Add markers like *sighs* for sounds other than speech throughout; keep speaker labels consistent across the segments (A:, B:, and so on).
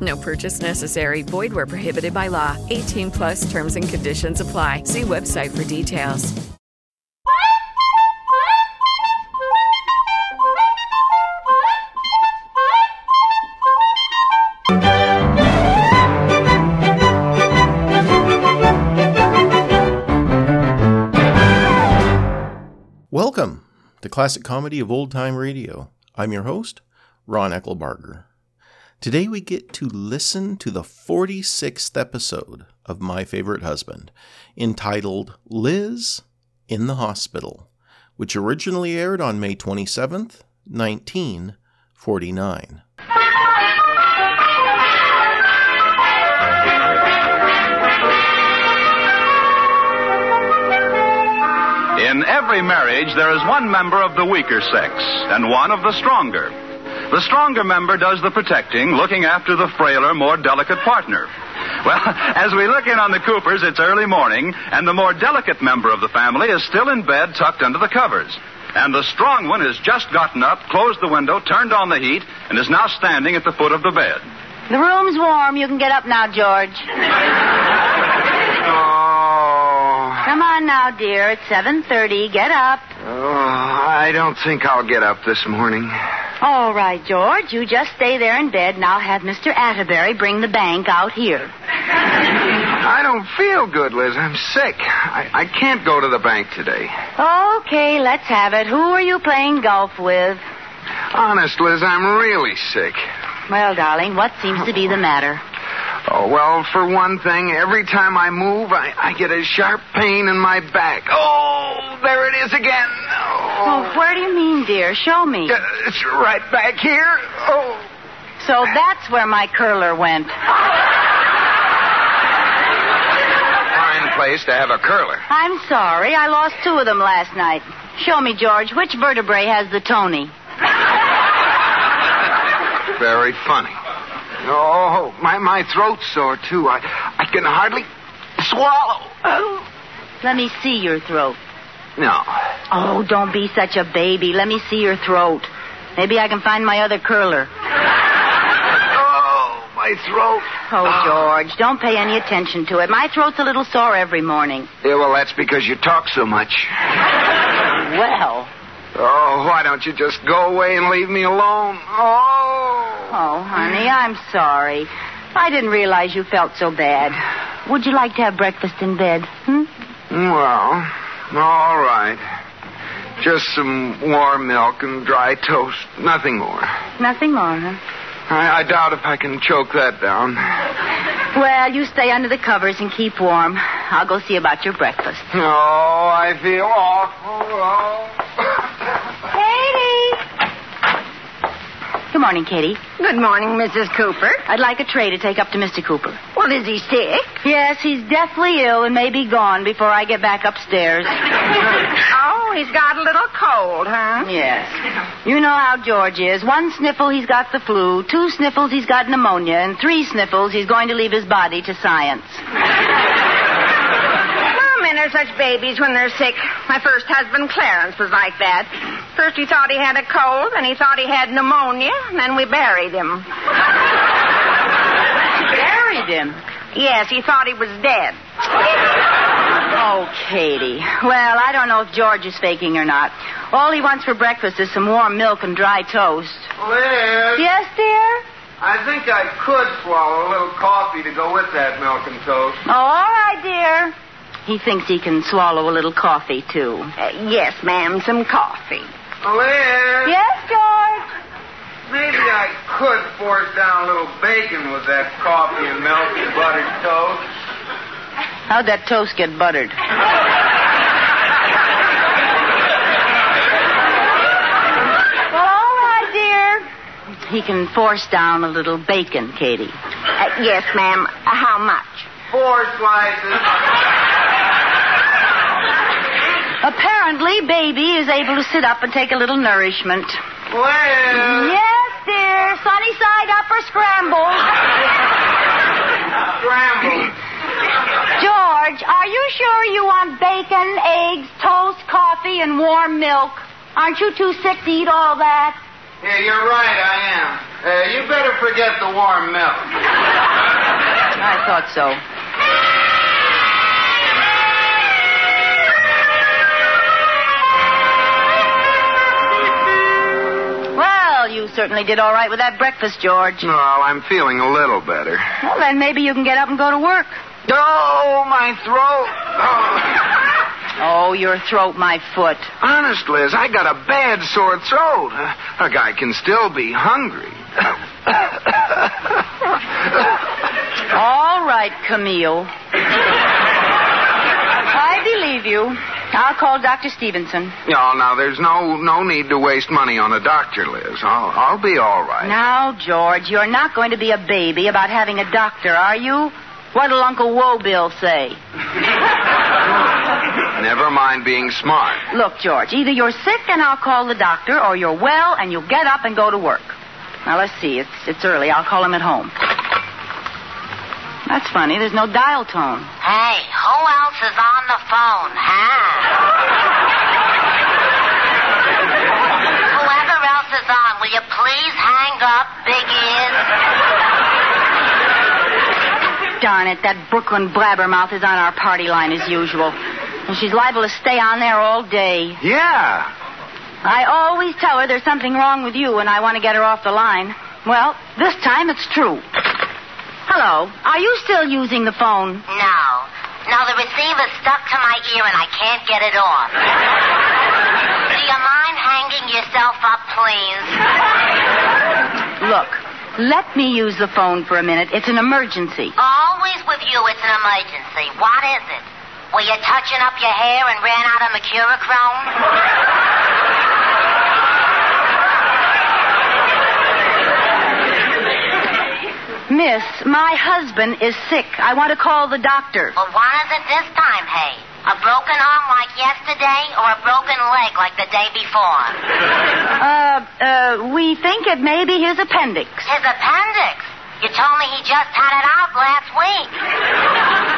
A: No purchase necessary. Void where prohibited by law. 18 plus terms and conditions apply. See website for details.
B: Welcome to Classic Comedy of Old Time Radio. I'm your host, Ron Eckelbarger. Today we get to listen to the 46th episode of My Favorite Husband, entitled Liz in the Hospital, which originally aired on May 27th, 1949.
C: In every marriage, there is one member of the weaker sex and one of the stronger. The stronger member does the protecting, looking after the frailer, more delicate partner. Well, *laughs* as we look in on the Coopers, it's early morning, and the more delicate member of the family is still in bed, tucked under the covers. And the strong one has just gotten up, closed the window, turned on the heat, and is now standing at the foot of the bed.
D: The room's warm. You can get up now, George.
C: Oh,
D: Come on now, dear. It's seven thirty. Get up.
C: Oh, I don't think I'll get up this morning.
D: All right, George. You just stay there in bed, and I'll have Mr. Atterbury bring the bank out here.
C: I don't feel good, Liz. I'm sick. I, I can't go to the bank today.
D: Okay, let's have it. Who are you playing golf with?
C: Honest, Liz, I'm really sick.
D: Well, darling, what seems to be the matter?
C: Oh, well, for one thing, every time I move, I, I get a sharp pain in my back. Oh, there it is again.
D: Oh,
C: Oh,
D: where do you mean, dear? Show me.
C: Uh, it's right back here. Oh,
D: So that's where my curler went.
C: fine place to have a curler.
D: I'm sorry. I lost two of them last night. Show me, George. Which vertebrae has the Tony?
C: Very funny. Oh, my, my throat's sore, too. I, I can hardly swallow.
D: Let me see your throat.
C: No.
D: Oh, don't be such a baby. Let me see your throat. Maybe I can find my other curler.
C: Oh, my throat.
D: Oh,
C: Ah.
D: George, don't pay any attention to it. My throat's a little sore every morning.
C: Yeah, well, that's because you talk so much.
D: Well,
C: Oh, why don't you just go away and leave me alone? Oh.
D: oh, honey, I'm sorry. I didn't realize you felt so bad. Would you like to have breakfast in bed? Hmm?
C: Well, all right. Just some warm milk and dry toast. Nothing more.
D: Nothing more, huh?
C: I, I doubt if I can choke that down.
D: Well, you stay under the covers and keep warm. I'll go see about your breakfast.
C: Oh, I feel awful. Oh.
D: Katie! Good morning, Katie.
E: Good morning, Mrs. Cooper.
D: I'd like a tray to take up to Mr. Cooper.
E: Well, is he sick?
D: Yes, he's deathly ill and may be gone before I get back upstairs.
E: *laughs* oh, he's got a little cold, huh?
D: yes. You know how George is. One sniffle, he's got the flu. Two sniffles, he's got pneumonia. And three sniffles, he's going to leave his body to science. *laughs*
E: Some Oh, men are such babies when they're sick. My first husband, Clarence, was like that. First he thought he had a cold, then he thought he had pneumonia, and then we buried him.
D: Buried him.
E: Yes, he thought he was dead.
D: Oh, Katie. Well, I don't know if George is faking or not. All he wants for breakfast is some warm milk and dry toast.
C: Liz,
D: Yes, dear?
C: I think I could swallow a little coffee to go with that milk and toast.
D: Oh, all right, dear. He thinks he can swallow a little coffee, too.
F: Uh, yes, ma'am, some coffee.
G: Liz,
D: Yes, George?
G: maybe I could force down a little bacon with that coffee and milk and buttered toast.
D: How'd that toast get buttered?
F: Well, all right, dear.
D: He can force down a little bacon, Katie.
F: Uh, yes, ma'am. Uh, how much?
G: Four slices.
D: Apparently, baby is able to sit up and take a little nourishment.
G: Liz,
D: Yes, dear. Sunny side up or scrambled.
G: scrambled.
D: George, are you sure you want bacon, eggs, toast, coffee, and warm milk? Aren't you too sick to eat all that?
G: Yeah, you're right, I am. Uh, you better forget the warm milk.
D: I thought so. Well, you certainly did all right with that breakfast, George.
H: No, Oh, I'm feeling a little better.
D: Well, then maybe you can get up and go to work.
G: Oh, my throat. Oh.
D: *laughs* Oh, your throat, my foot.
H: Honest, Liz, I got a bad sore throat. A guy can still be hungry.
D: All right, Camille. I believe you. I'll call Dr. Stevenson.
H: Oh, now there's no no need to waste money on a doctor, Liz. I'll, I'll be all right.
D: Now, George, you're not going to be a baby about having a doctor, are you? What'll Uncle Wobill say?
H: Never mind being smart.
D: Look, George, either you're sick and I'll call the doctor, or you're well and you'll get up and go to work. Now, let's see. It's, it's early. I'll call him at home. That's funny. There's no dial tone.
C: Hey, who else is on the phone, huh? Whoever else is on, will you please hang up, Big Ears?
D: Darn it, that Brooklyn blabbermouth is on our party line as usual. And she's liable to stay on there all day.
H: Yeah.
D: I always tell her there's something wrong with you and I want to get her off the line. Well, this time it's true. Hello, are you still using the phone?
C: No. No, the receiver's stuck to my ear and I can't get it off. Do you mind hanging yourself up, please?
D: Look, let me use the phone for a minute. It's an emergency.
C: Always with you, it's an emergency. What is it? Were you touching up your hair and ran out of mercurochrome?
D: Miss, my husband is sick. I want to call the doctor.
C: Well, what is it this time, hey? A broken arm like yesterday or a broken leg like the day before?
D: Uh, uh, we think it may be his appendix.
C: His appendix. You told me he just had it out last week.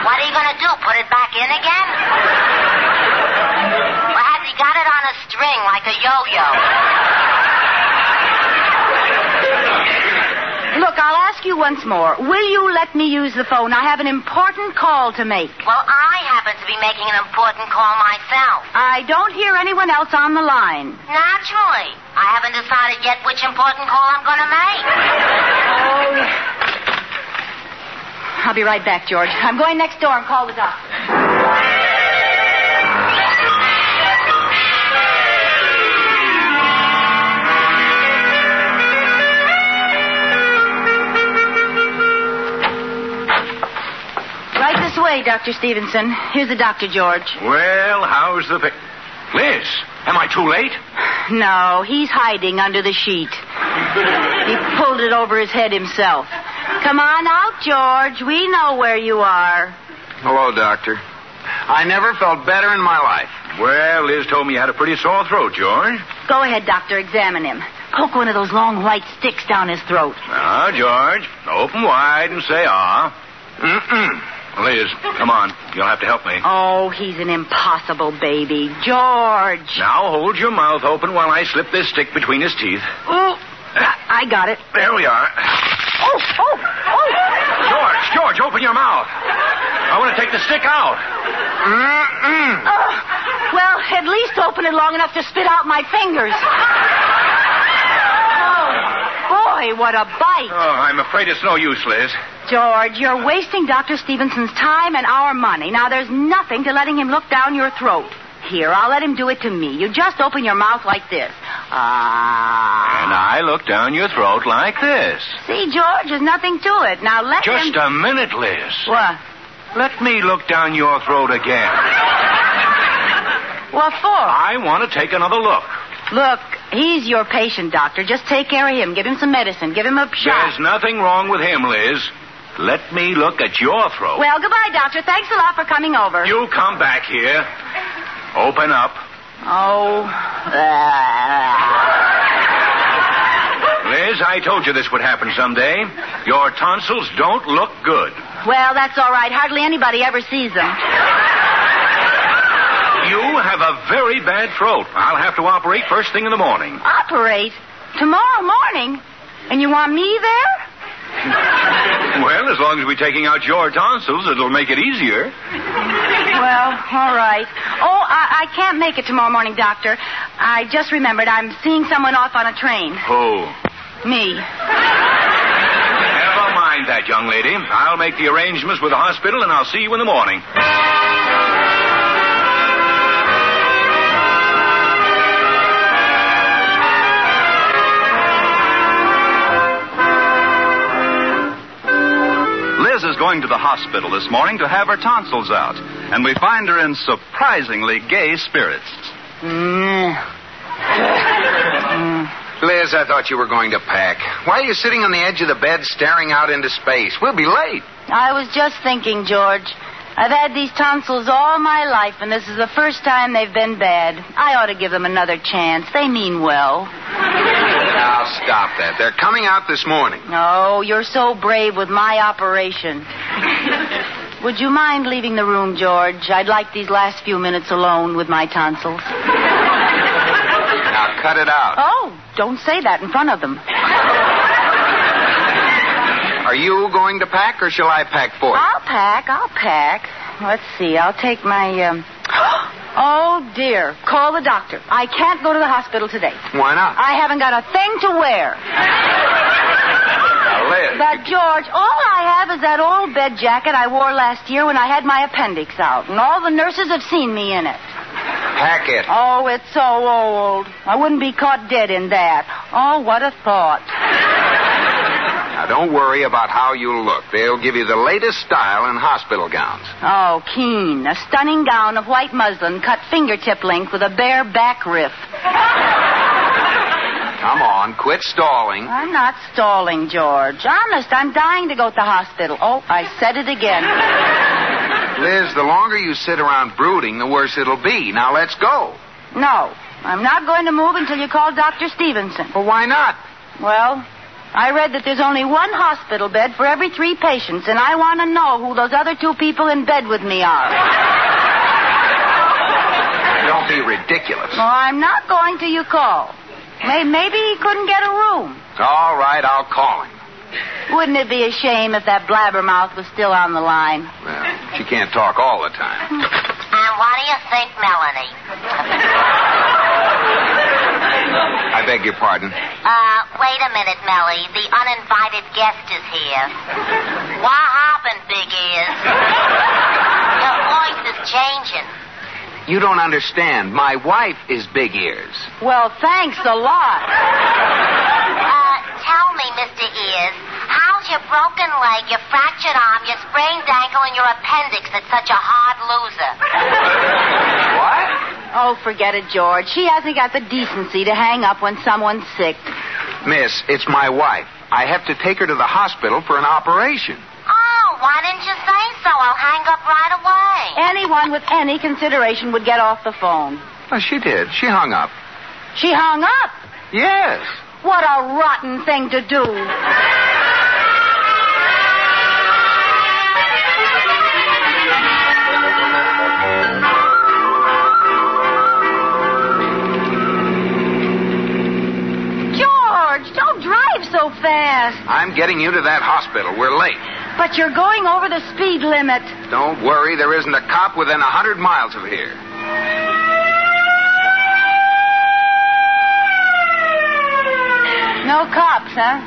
C: What are you going to do? Put it back in again? Well, has he got it on a string like a yo yo?
D: Look, I'll ask you once more. Will you let me use the phone? I have an important call to make.
C: Well, I happen to be making an important call myself.
D: I don't hear anyone else on the line.
C: Naturally. I haven't decided yet which important call I'm going to make.
D: I'll be right back, George. I'm going next door and call the doctor. Right this way, Dr. Stevenson. Here's the doctor, George.
H: Well, how's the thing? Liz, am I too late?
D: *sighs* No, he's hiding under the sheet. He pulled it over his head himself. Come on out, George. We know where you are.
H: Hello, Doctor.
G: I never felt better in my life.
H: Well, Liz told me you had a pretty sore throat, George.
D: Go ahead, Doctor. Examine him. Poke one of those long white sticks down his throat.
H: Now, Ah, George, open wide and say ah. Mm-mm. Liz, come on. You'll have to help me.
D: Oh, he's an impossible baby. George.
H: Now hold your mouth open while I slip this stick between his teeth.
D: Ooh, I I got it.
H: There we are.
D: Oh, oh, oh.
H: George, George, open your mouth. I want to take the stick out. Mm-mm.
D: Well, at least open it long enough to spit out my fingers. Oh, boy, what a bite.
H: Oh, I'm afraid it's no use, Liz.
D: George, you're wasting Dr. Stevenson's time and our money. Now, there's nothing to letting him look down your throat. Here, I'll let him do it to me. You just open your mouth like this. Ah.
I: And I look down your throat like this.
D: See, George, there's nothing to it. Now, let him.
I: Just a minute, Liz.
D: What?
I: Let me look down your throat again.
D: What for?
I: I want to take another look.
D: Look, he's your patient, doctor. Just take care of him. Give him some medicine. Give him a shot.
I: There's nothing wrong with him, Liz. Let me look at your throat.
D: Well, goodbye, doctor. Thanks a lot for coming over.
I: You come back here. Open up.
D: Oh.
I: Liz, I told you this would happen someday. Your tonsils don't look good.
D: Well, that's all right. Hardly anybody ever sees them.
I: You have a very bad throat. I'll have to operate first thing in the morning.
D: Operate? Tomorrow morning? And you want me there?
I: Well, as long as we're taking out your tonsils, it'll make it easier.
D: Well, all right. Oh, I, I can't make it tomorrow morning, doctor. I just remembered I'm seeing someone off on a train.
I: Who?
D: Me.
I: Never mind that, young lady. I'll make the arrangements with the hospital, and I'll see you in the morning. Liz is going to the hospital this morning to have her tonsils out, and we find her in surprisingly gay spirits.
H: Mm. Liz, I thought you were going to pack. Why are you sitting on the edge of the bed staring out into space? We'll be late.
D: I was just thinking, George. I've had these tonsils all my life, and this is the first time they've been bad. I ought to give them another chance. They mean well.
H: Now, stop that. They're coming out this morning.
D: Oh, you're so brave with my *laughs* operation. Would you mind leaving the room, George? I'd like these last few minutes alone with my tonsils.
H: Now, cut it out.
D: Oh, don't say that in front of them.
H: Are you going to pack or shall I pack for you?
D: I'll pack. I'll pack. Let's see. I'll take my. Um... *gasps* Oh, dear. Call the doctor. I can't go to the hospital today.
H: Why not?
D: I haven't got a thing to wear.
H: Now, Liz.
D: But, George, all I have is that old bed jacket I wore last year when I had my appendix out, and all the nurses have seen me in it.
H: Pack it.
D: Oh, it's so old. I wouldn't be caught dead in that. Oh, what a thought.
H: Now, don't worry about how you look. They'll give you the latest style in hospital gowns.
D: Oh, Keen, a stunning gown of white muslin cut fingertip length with a bare back riff.
H: Come on, quit stalling.
D: I'm not stalling, George. Honest, I'm dying to go to the hospital. Oh, I said it again.
H: Liz, the longer you sit around brooding, the worse it'll be. Now, let's go.
D: No, I'm not going to move until you call Dr. Stevenson.
H: Well, why not?
D: Well, I read that there's only one hospital bed for every three patients, and I want to know who those other two people in bed with me are.
H: Don't be ridiculous.
D: Well, I'm not going till you call. May- Maybe he couldn't get a room.
H: All right, I'll call him.
D: Wouldn't it be a shame if that blabbermouth was still on the line?
H: Well, she can't talk all the time.
C: And what do you think, Melanie?
H: I beg your pardon.
C: Uh, wait a minute, Melly. The uninvited guest is here. What happened, Big Ears? Your voice is changing.
H: You don't understand. My wife is Big Ears.
D: Well, thanks a lot.
C: Uh, tell me, Mr. Ears, how's your broken leg, your fractured arm, your sprained ankle, and your appendix that's such a hard loser?
H: What?
D: Oh, forget it, George. She hasn't got the decency to hang up when someone's sick.
H: Miss, it's my wife. I have to take her to the hospital for an operation.
C: Oh, why didn't you say so? I'll hang up right away.
D: Anyone with any consideration would get off the phone.
H: Oh, she did. She hung up.
D: She hung up.
H: Yes.
D: What a rotten thing to do. George, don't drive so fast.
H: I'm getting you to that hospital. We're late.
D: But you're going over the speed limit.
H: Don't worry, there isn't a cop within a hundred miles of here.
D: No cops, huh?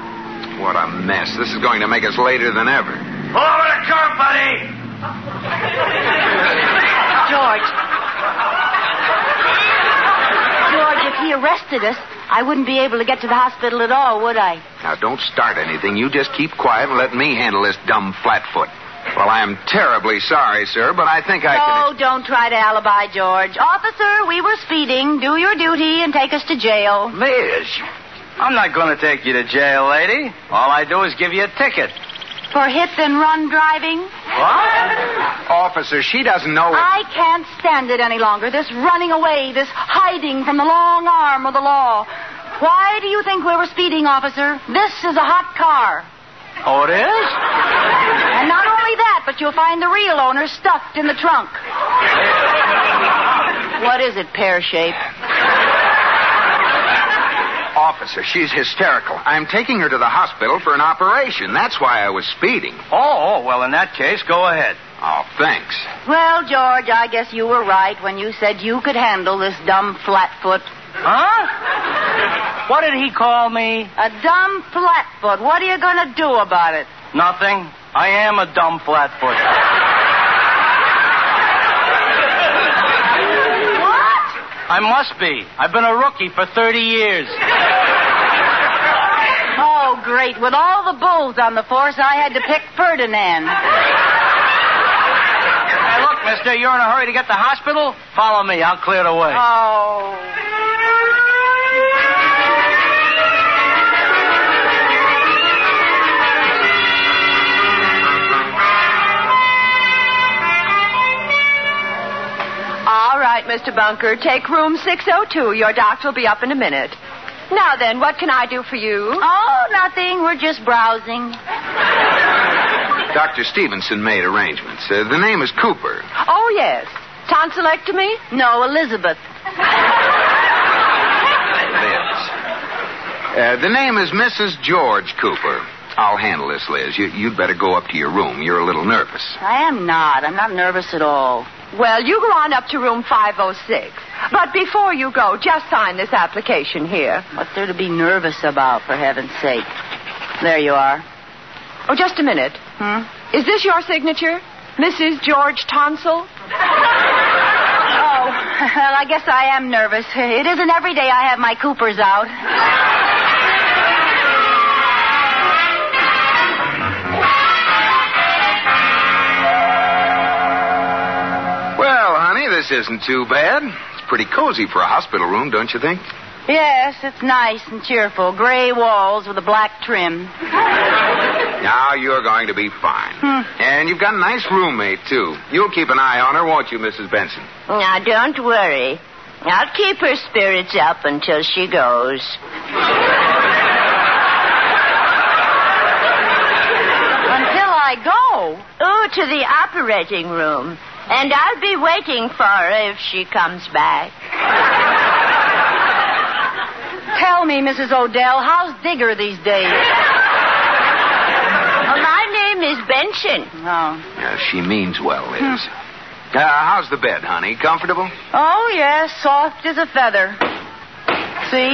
H: What a mess. This is going to make us later than ever.
J: Pull over the curb, buddy.
D: George. George, if he arrested us, I wouldn't be able to get to the hospital at all, would I?
H: Now, don't start anything. You just keep quiet and let me handle this dumb flatfoot. Well, I am terribly sorry, sir, but I think I
D: No, don't try to alibi, George. Officer, we were speeding. Do your duty and take us to jail.
K: Liz, I'm not going to take you to jail, lady. All I do is give you a ticket.
D: For hit and run driving?
H: can. Officer, she doesn't know it.
D: I can't stand it any longer. This running away, this hiding from the long arm of the law. Why do you think we were speeding, officer? This is a hot car.
K: Oh, it is?
D: And not only that, but you'll find the real owner stuffed in the trunk. What is it, pear shaped?
H: Officer, she's hysterical. I'm taking her to the hospital for an operation. That's why I was speeding.
K: Oh, oh, well, in that case, go ahead.
H: Oh, thanks.
D: Well, George, I guess you were right when you said you could handle this dumb flatfoot.
K: Huh? What did he call me?
D: A dumb flatfoot. What are you going to do about it?
K: Nothing. I am a dumb flatfoot.
D: What?
K: I must be. I've been a rookie for 30 years.
D: Oh, great. With all the bulls on the force, I had to pick Ferdinand.
K: Hey, look, mister, you're in a hurry to get to the hospital? Follow me. I'll clear the way.
D: Oh.
L: All right, Mr. Bunker. Take room 602. Your doctor will be up in a minute. Now then, what can I do for you?
D: Oh, nothing. We're just browsing.
H: Dr. Stevenson made arrangements. Uh, the name is Cooper.
L: Oh, yes. Tonsillectomy?
D: No, Elizabeth.
H: Liz. Uh, the name is Mrs. George Cooper. I'll handle this, Liz. You, you'd better go up to your room. You're a little nervous.
D: I am not. I'm not nervous at all.
L: Well, you go on up to room 506. But before you go, just sign this application here.
D: What's there to be nervous about, for heaven's sake? There you are.
L: Oh, just a minute.
D: Hmm?
L: Is this your signature? Mrs. George Tonsil?
D: Oh, well, I guess I am nervous. It isn't every day I have my Coopers out.
H: Well, honey, this isn't too bad. It's pretty cozy for a hospital room, don't you think?
D: Yes, it's nice and cheerful. Gray walls with a black trim.
H: Now you're going to be fine. And you've got a nice roommate, too. You'll keep an eye on her, won't you, Mrs. Benson?
M: Now, don't worry. I'll keep her spirits up until she goes.
D: Until I go?
M: Oh, to the operating room. And I'll be waiting for her if she comes back.
D: Tell me, Mrs. Odell, how's Digger these days?
M: Well, my name is Benson.
D: Oh.
H: Yeah, Uh, she means well, Liz. Uh, how's the bed, honey? Comfortable?
D: Oh, yes, soft as a feather. See?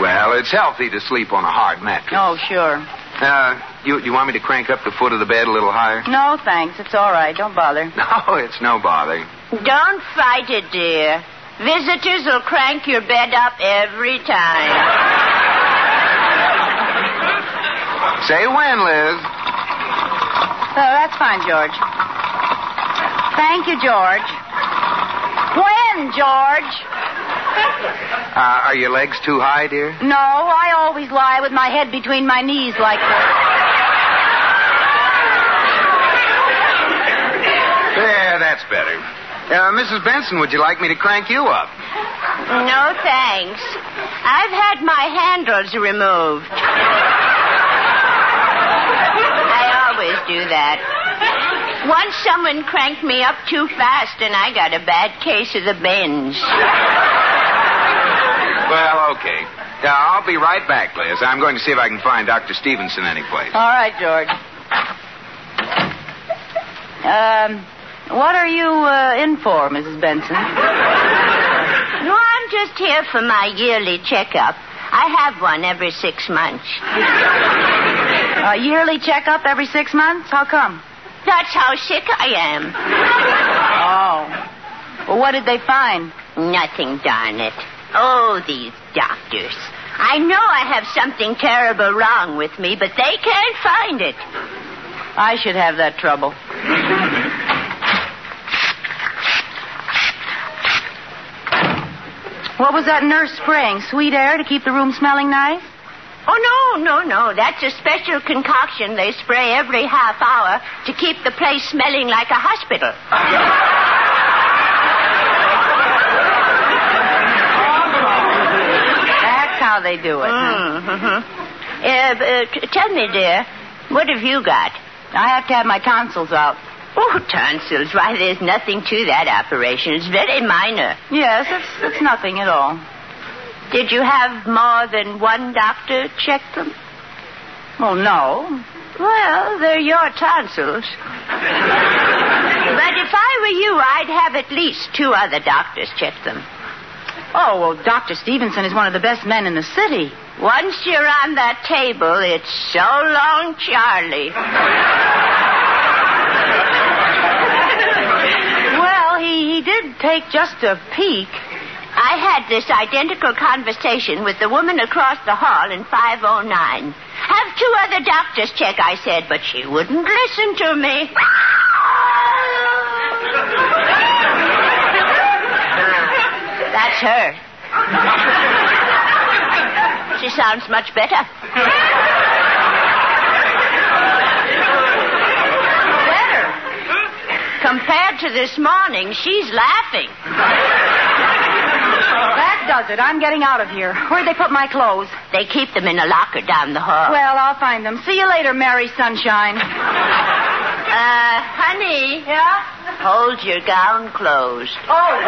H: Well, it's healthy to sleep on a hard mattress.
D: Oh, sure.
H: Uh, you, you want me to crank up the foot of the bed a little higher?
D: No, thanks. It's all right. Don't bother.
H: *laughs* No, it's no bother.
M: Don't fight it, dear. Visitors will crank your bed up every time.
H: Say when, Liz.
D: Oh, that's fine, George. Thank you, George. When, George?
H: Uh, are your legs too high, dear?
D: No, I always lie with my head between my knees like this.
H: There, that's better. Uh, Mrs. Benson, would you like me to crank you up?
M: No thanks. I've had my handles removed. I always do that. Once someone cranked me up too fast and I got a bad case of the bends.
H: Well, okay. Uh, I'll be right back, Liz. I'm going to see if I can find Dr. Stevenson anyplace.
D: All right, George. Um, what are you uh, in for, Mrs. Benson?
M: No, I'm just here for my yearly checkup. I have one every six months.
N: A yearly checkup every six months? How come?
D: That's how sick I am.
N: Oh. Well, what did they find?
D: Nothing, darn it. Oh, these doctors. I know I have something terrible wrong with me, but they can't find it.
N: I should have that trouble. What was that nurse spraying? Sweet air to keep the room smelling nice?
D: Oh, no, no, no. That's a special concoction they spray every half hour to keep the place smelling like a hospital.
N: That's how they do it.
D: Mm-hmm. Uh, but, uh, tell me, dear, what have you got?
N: I have to have my tonsils out.
D: Oh, tonsils. Why, there's nothing to that operation. It's very minor.
N: Yes, it's, it's nothing at all.
D: Did you have more than one doctor check them?
N: Well, no.
D: Well, they're your tonsils.
N: *laughs*
D: but if I were you, I'd have at least two other doctors check them.
N: Oh, well, Dr. Stevenson is one of the best men in the city.
D: Once you're on that table, it's so long, Charlie.
N: Well, he, he did take just a peek.
D: I had this identical conversation with the woman across the hall in 509. Have two other doctors check, I said, but she wouldn't listen to me. That's her. She sounds much better. Better. Compared to this morning, she's laughing.
N: That does it. I'm getting out of here. Where'd they put my clothes?
D: They keep them in a locker down the hall.
N: Well, I'll find them. See you later, Mary Sunshine.
D: Uh, honey.
N: Yeah? Oh,
D: Hold your gown closed.
N: Where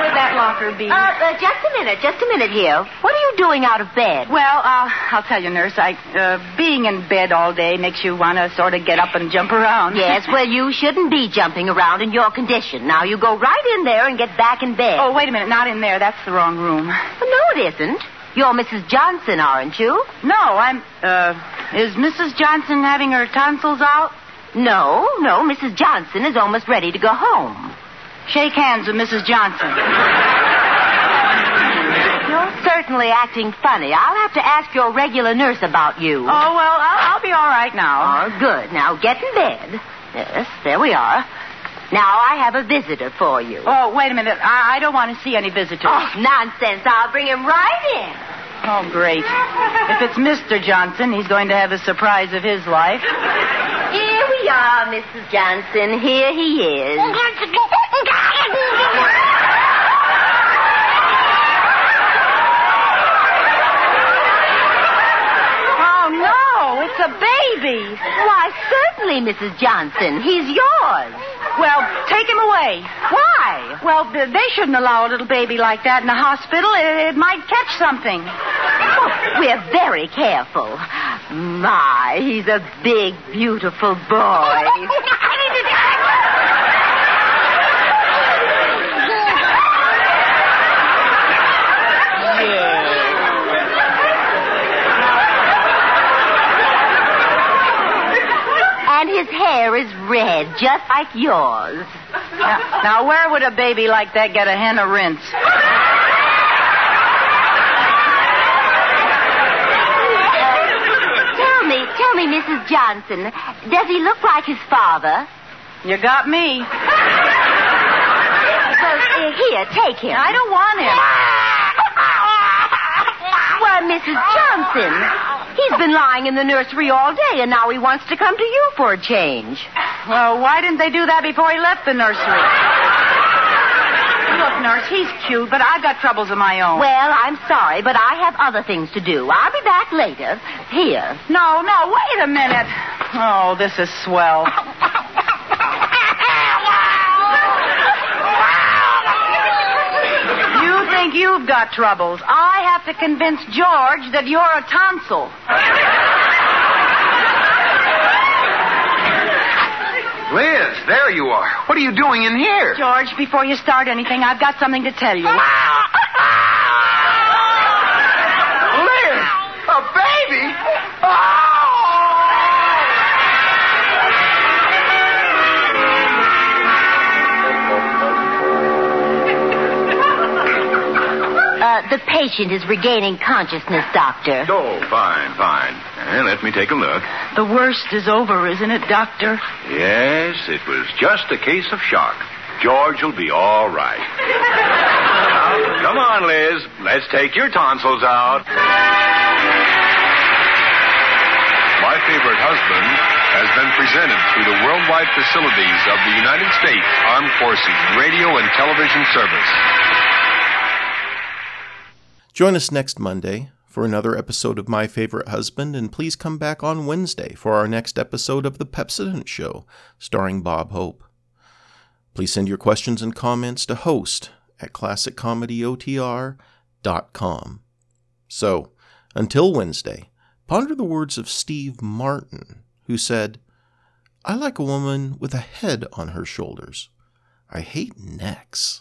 N: would that locker be?
D: Uh, uh, just a minute, just a minute here. What are you doing out of bed?
N: well, uh, I'll tell you, nurse. I, uh, being in bed all day makes you want to sort of get up and jump around. *laughs*
D: Yes, well, you shouldn't be jumping around in your condition. Now, you go right in there and get back in bed.
N: Oh, wait a minute. Not in there. That's the wrong room.
D: no, it isn't. You're Mrs. Johnson, aren't you?
N: No, I'm. Uh, is Mrs. Johnson having her tonsils out?
D: No, no, Mrs. Johnson is almost ready to go home.
N: Shake hands with Mrs. Johnson.
D: You're certainly acting funny. I'll have to ask your regular nurse about you.
N: Oh, well, I'll, I'll be all right now.
D: Oh, good. Now get in bed. Yes, there we are. Now I have a visitor for you.
N: Oh, wait a minute. I, I don't want to see any visitors.
D: Oh, nonsense. I'll bring him right
N: Oh, great. If it's Mr. Johnson, he's going to have a surprise of his life.
D: in. Here we are, Mrs. Johnson. Here he is.
N: Oh, no, it's a baby.
D: Why, certainly, Mrs. Johnson. He's yours.
N: Well, take him away.
D: Why?
N: Well, th- they shouldn't allow a little baby like that in a hospital. It, it might catch something.
D: Oh, we're very careful. My, he's a big, beautiful
N: *laughs*
D: boy. And his hair is red, just like yours.
N: Now, now, where would a baby like that get a henna rinse?
D: Tell me, tell me, Mrs. Johnson, does he look like his father?
N: You got me.
D: Well, uh, here, take him.
N: I don't want him.
D: Why, Mrs. Johnson, he's been lying in the nursery all day, and now he wants to come to you for a change.
N: Well, why didn't they do that before he left the nursery? Look, nurse, he's cute, but I've got troubles of my own.
D: Well, I'm sorry, but I have other things to do. I'll be back later. Here.
N: No, no, wait a minute. Oh, this is swell. You think you've got troubles. I have to convince George that you're a tonsil.
H: Liz, there you are. What are you doing in here?
N: George, before you start anything, I've got something to tell you.
H: Liz, Oh!
D: Uh, The patient is regaining consciousness, Doctor.
H: Oh, fine, fine. Eh, let me take a look.
O: The worst is over, isn't it, Doctor?
H: Yes, it was just a case of shock. George will be all right. Now, come on, Liz. Let's take your tonsils out.
P: My Favorite Husband has been presented through the worldwide facilities of the United States Armed Forces Radio and Television Service.
B: Join us next Monday for another episode of My Favorite Husband, and please come back on Wednesday for our next episode of The Pepsodent Show, starring Bob Hope. Please send your questions and comments to host at classiccomedyotr.com. So, until Wednesday, ponder the words of Steve Martin, who said, I like a woman with a head on her shoulders. I hate necks.